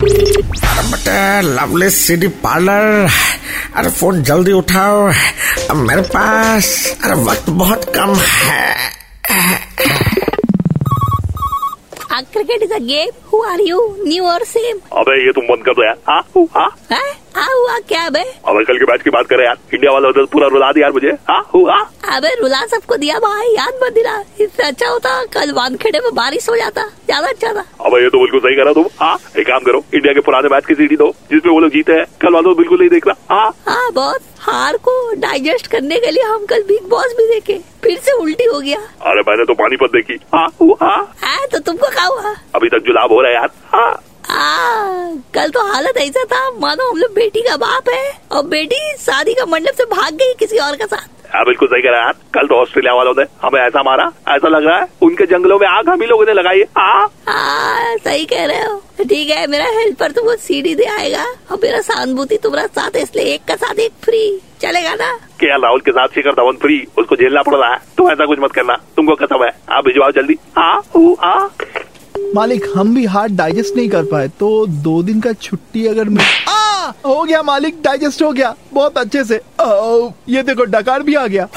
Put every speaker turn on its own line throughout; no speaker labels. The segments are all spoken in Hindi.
अरे बटे लवली सिटी पार्लर अरे फोन जल्दी उठाओ अब मेरे पास अरे वक्त बहुत कम है
Uh, cricket is a game. Who are you? New or same?
अबे ये तुम बंद कर दो यार हाँ हाँ
हाँ आ हुआ क्या बे
अबे कल के मैच की बात करें यार इंडिया वाला उधर पूरा रुला दिया यार मुझे हाँ हुआ
अबे रुला सबको दिया भाई याद मत दिला इससे अच्छा होता कल वानखेड़े में बारिश हो जाता ज्यादा अच्छा था
अबे ये तो बिल्कुल सही करा तुम हाँ एक काम करो इंडिया के पुराने मैच की सीडी दो जिसमें वो लोग जीते हैं कल वाला तो बिल्कुल नहीं देख रहा हाँ
हाँ बॉस हार को डाइजेस्ट करने के लिए हम कल बिग बॉस भी देखे फिर से उल्टी हो गया
अरे मैंने तो पानीपत देखी हाँ हुआ
है तो तुमको क्या हुआ
अभी तक जो लाभ हो रहा है यार हाँ
आ, कल तो हालत ऐसा था मानो हम लोग बेटी का बाप है और बेटी शादी का मंडप से भाग गई किसी और के साथ
हाँ बिल्कुल सही करा यार कल तो ऑस्ट्रेलिया वालों ने हमें ऐसा मारा ऐसा लग रहा है उनके जंगलों में आग हम ही लोगों ने लगाई है हाँ
हाँ सही कह रहे हो ठीक है मेरा तो हेल्पर तुमको सीढ़ी दे आएगा और मेरा सहानुभूति तुम्हारा साथ है इसलिए एक का साथ एक फ्री चलेगा ना
के एल राहुल के साथ शिखर धवन फ्री उसको झेलना पड़ रहा है तुम ऐसा कुछ मत करना तुमको कसम है आप भिजवाओ जल्दी हाँ हु, हाँ
मालिक हम भी हार्ड डाइजेस्ट नहीं कर पाए तो दो दिन का छुट्टी अगर मिल आ हो गया मालिक डाइजेस्ट हो गया बहुत अच्छे से आओ, ये देखो डकार भी आ गया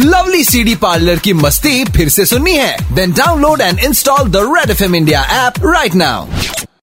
लवली सी डी पार्लर की मस्ती फिर से सुननी है then download and install the red F M India app right now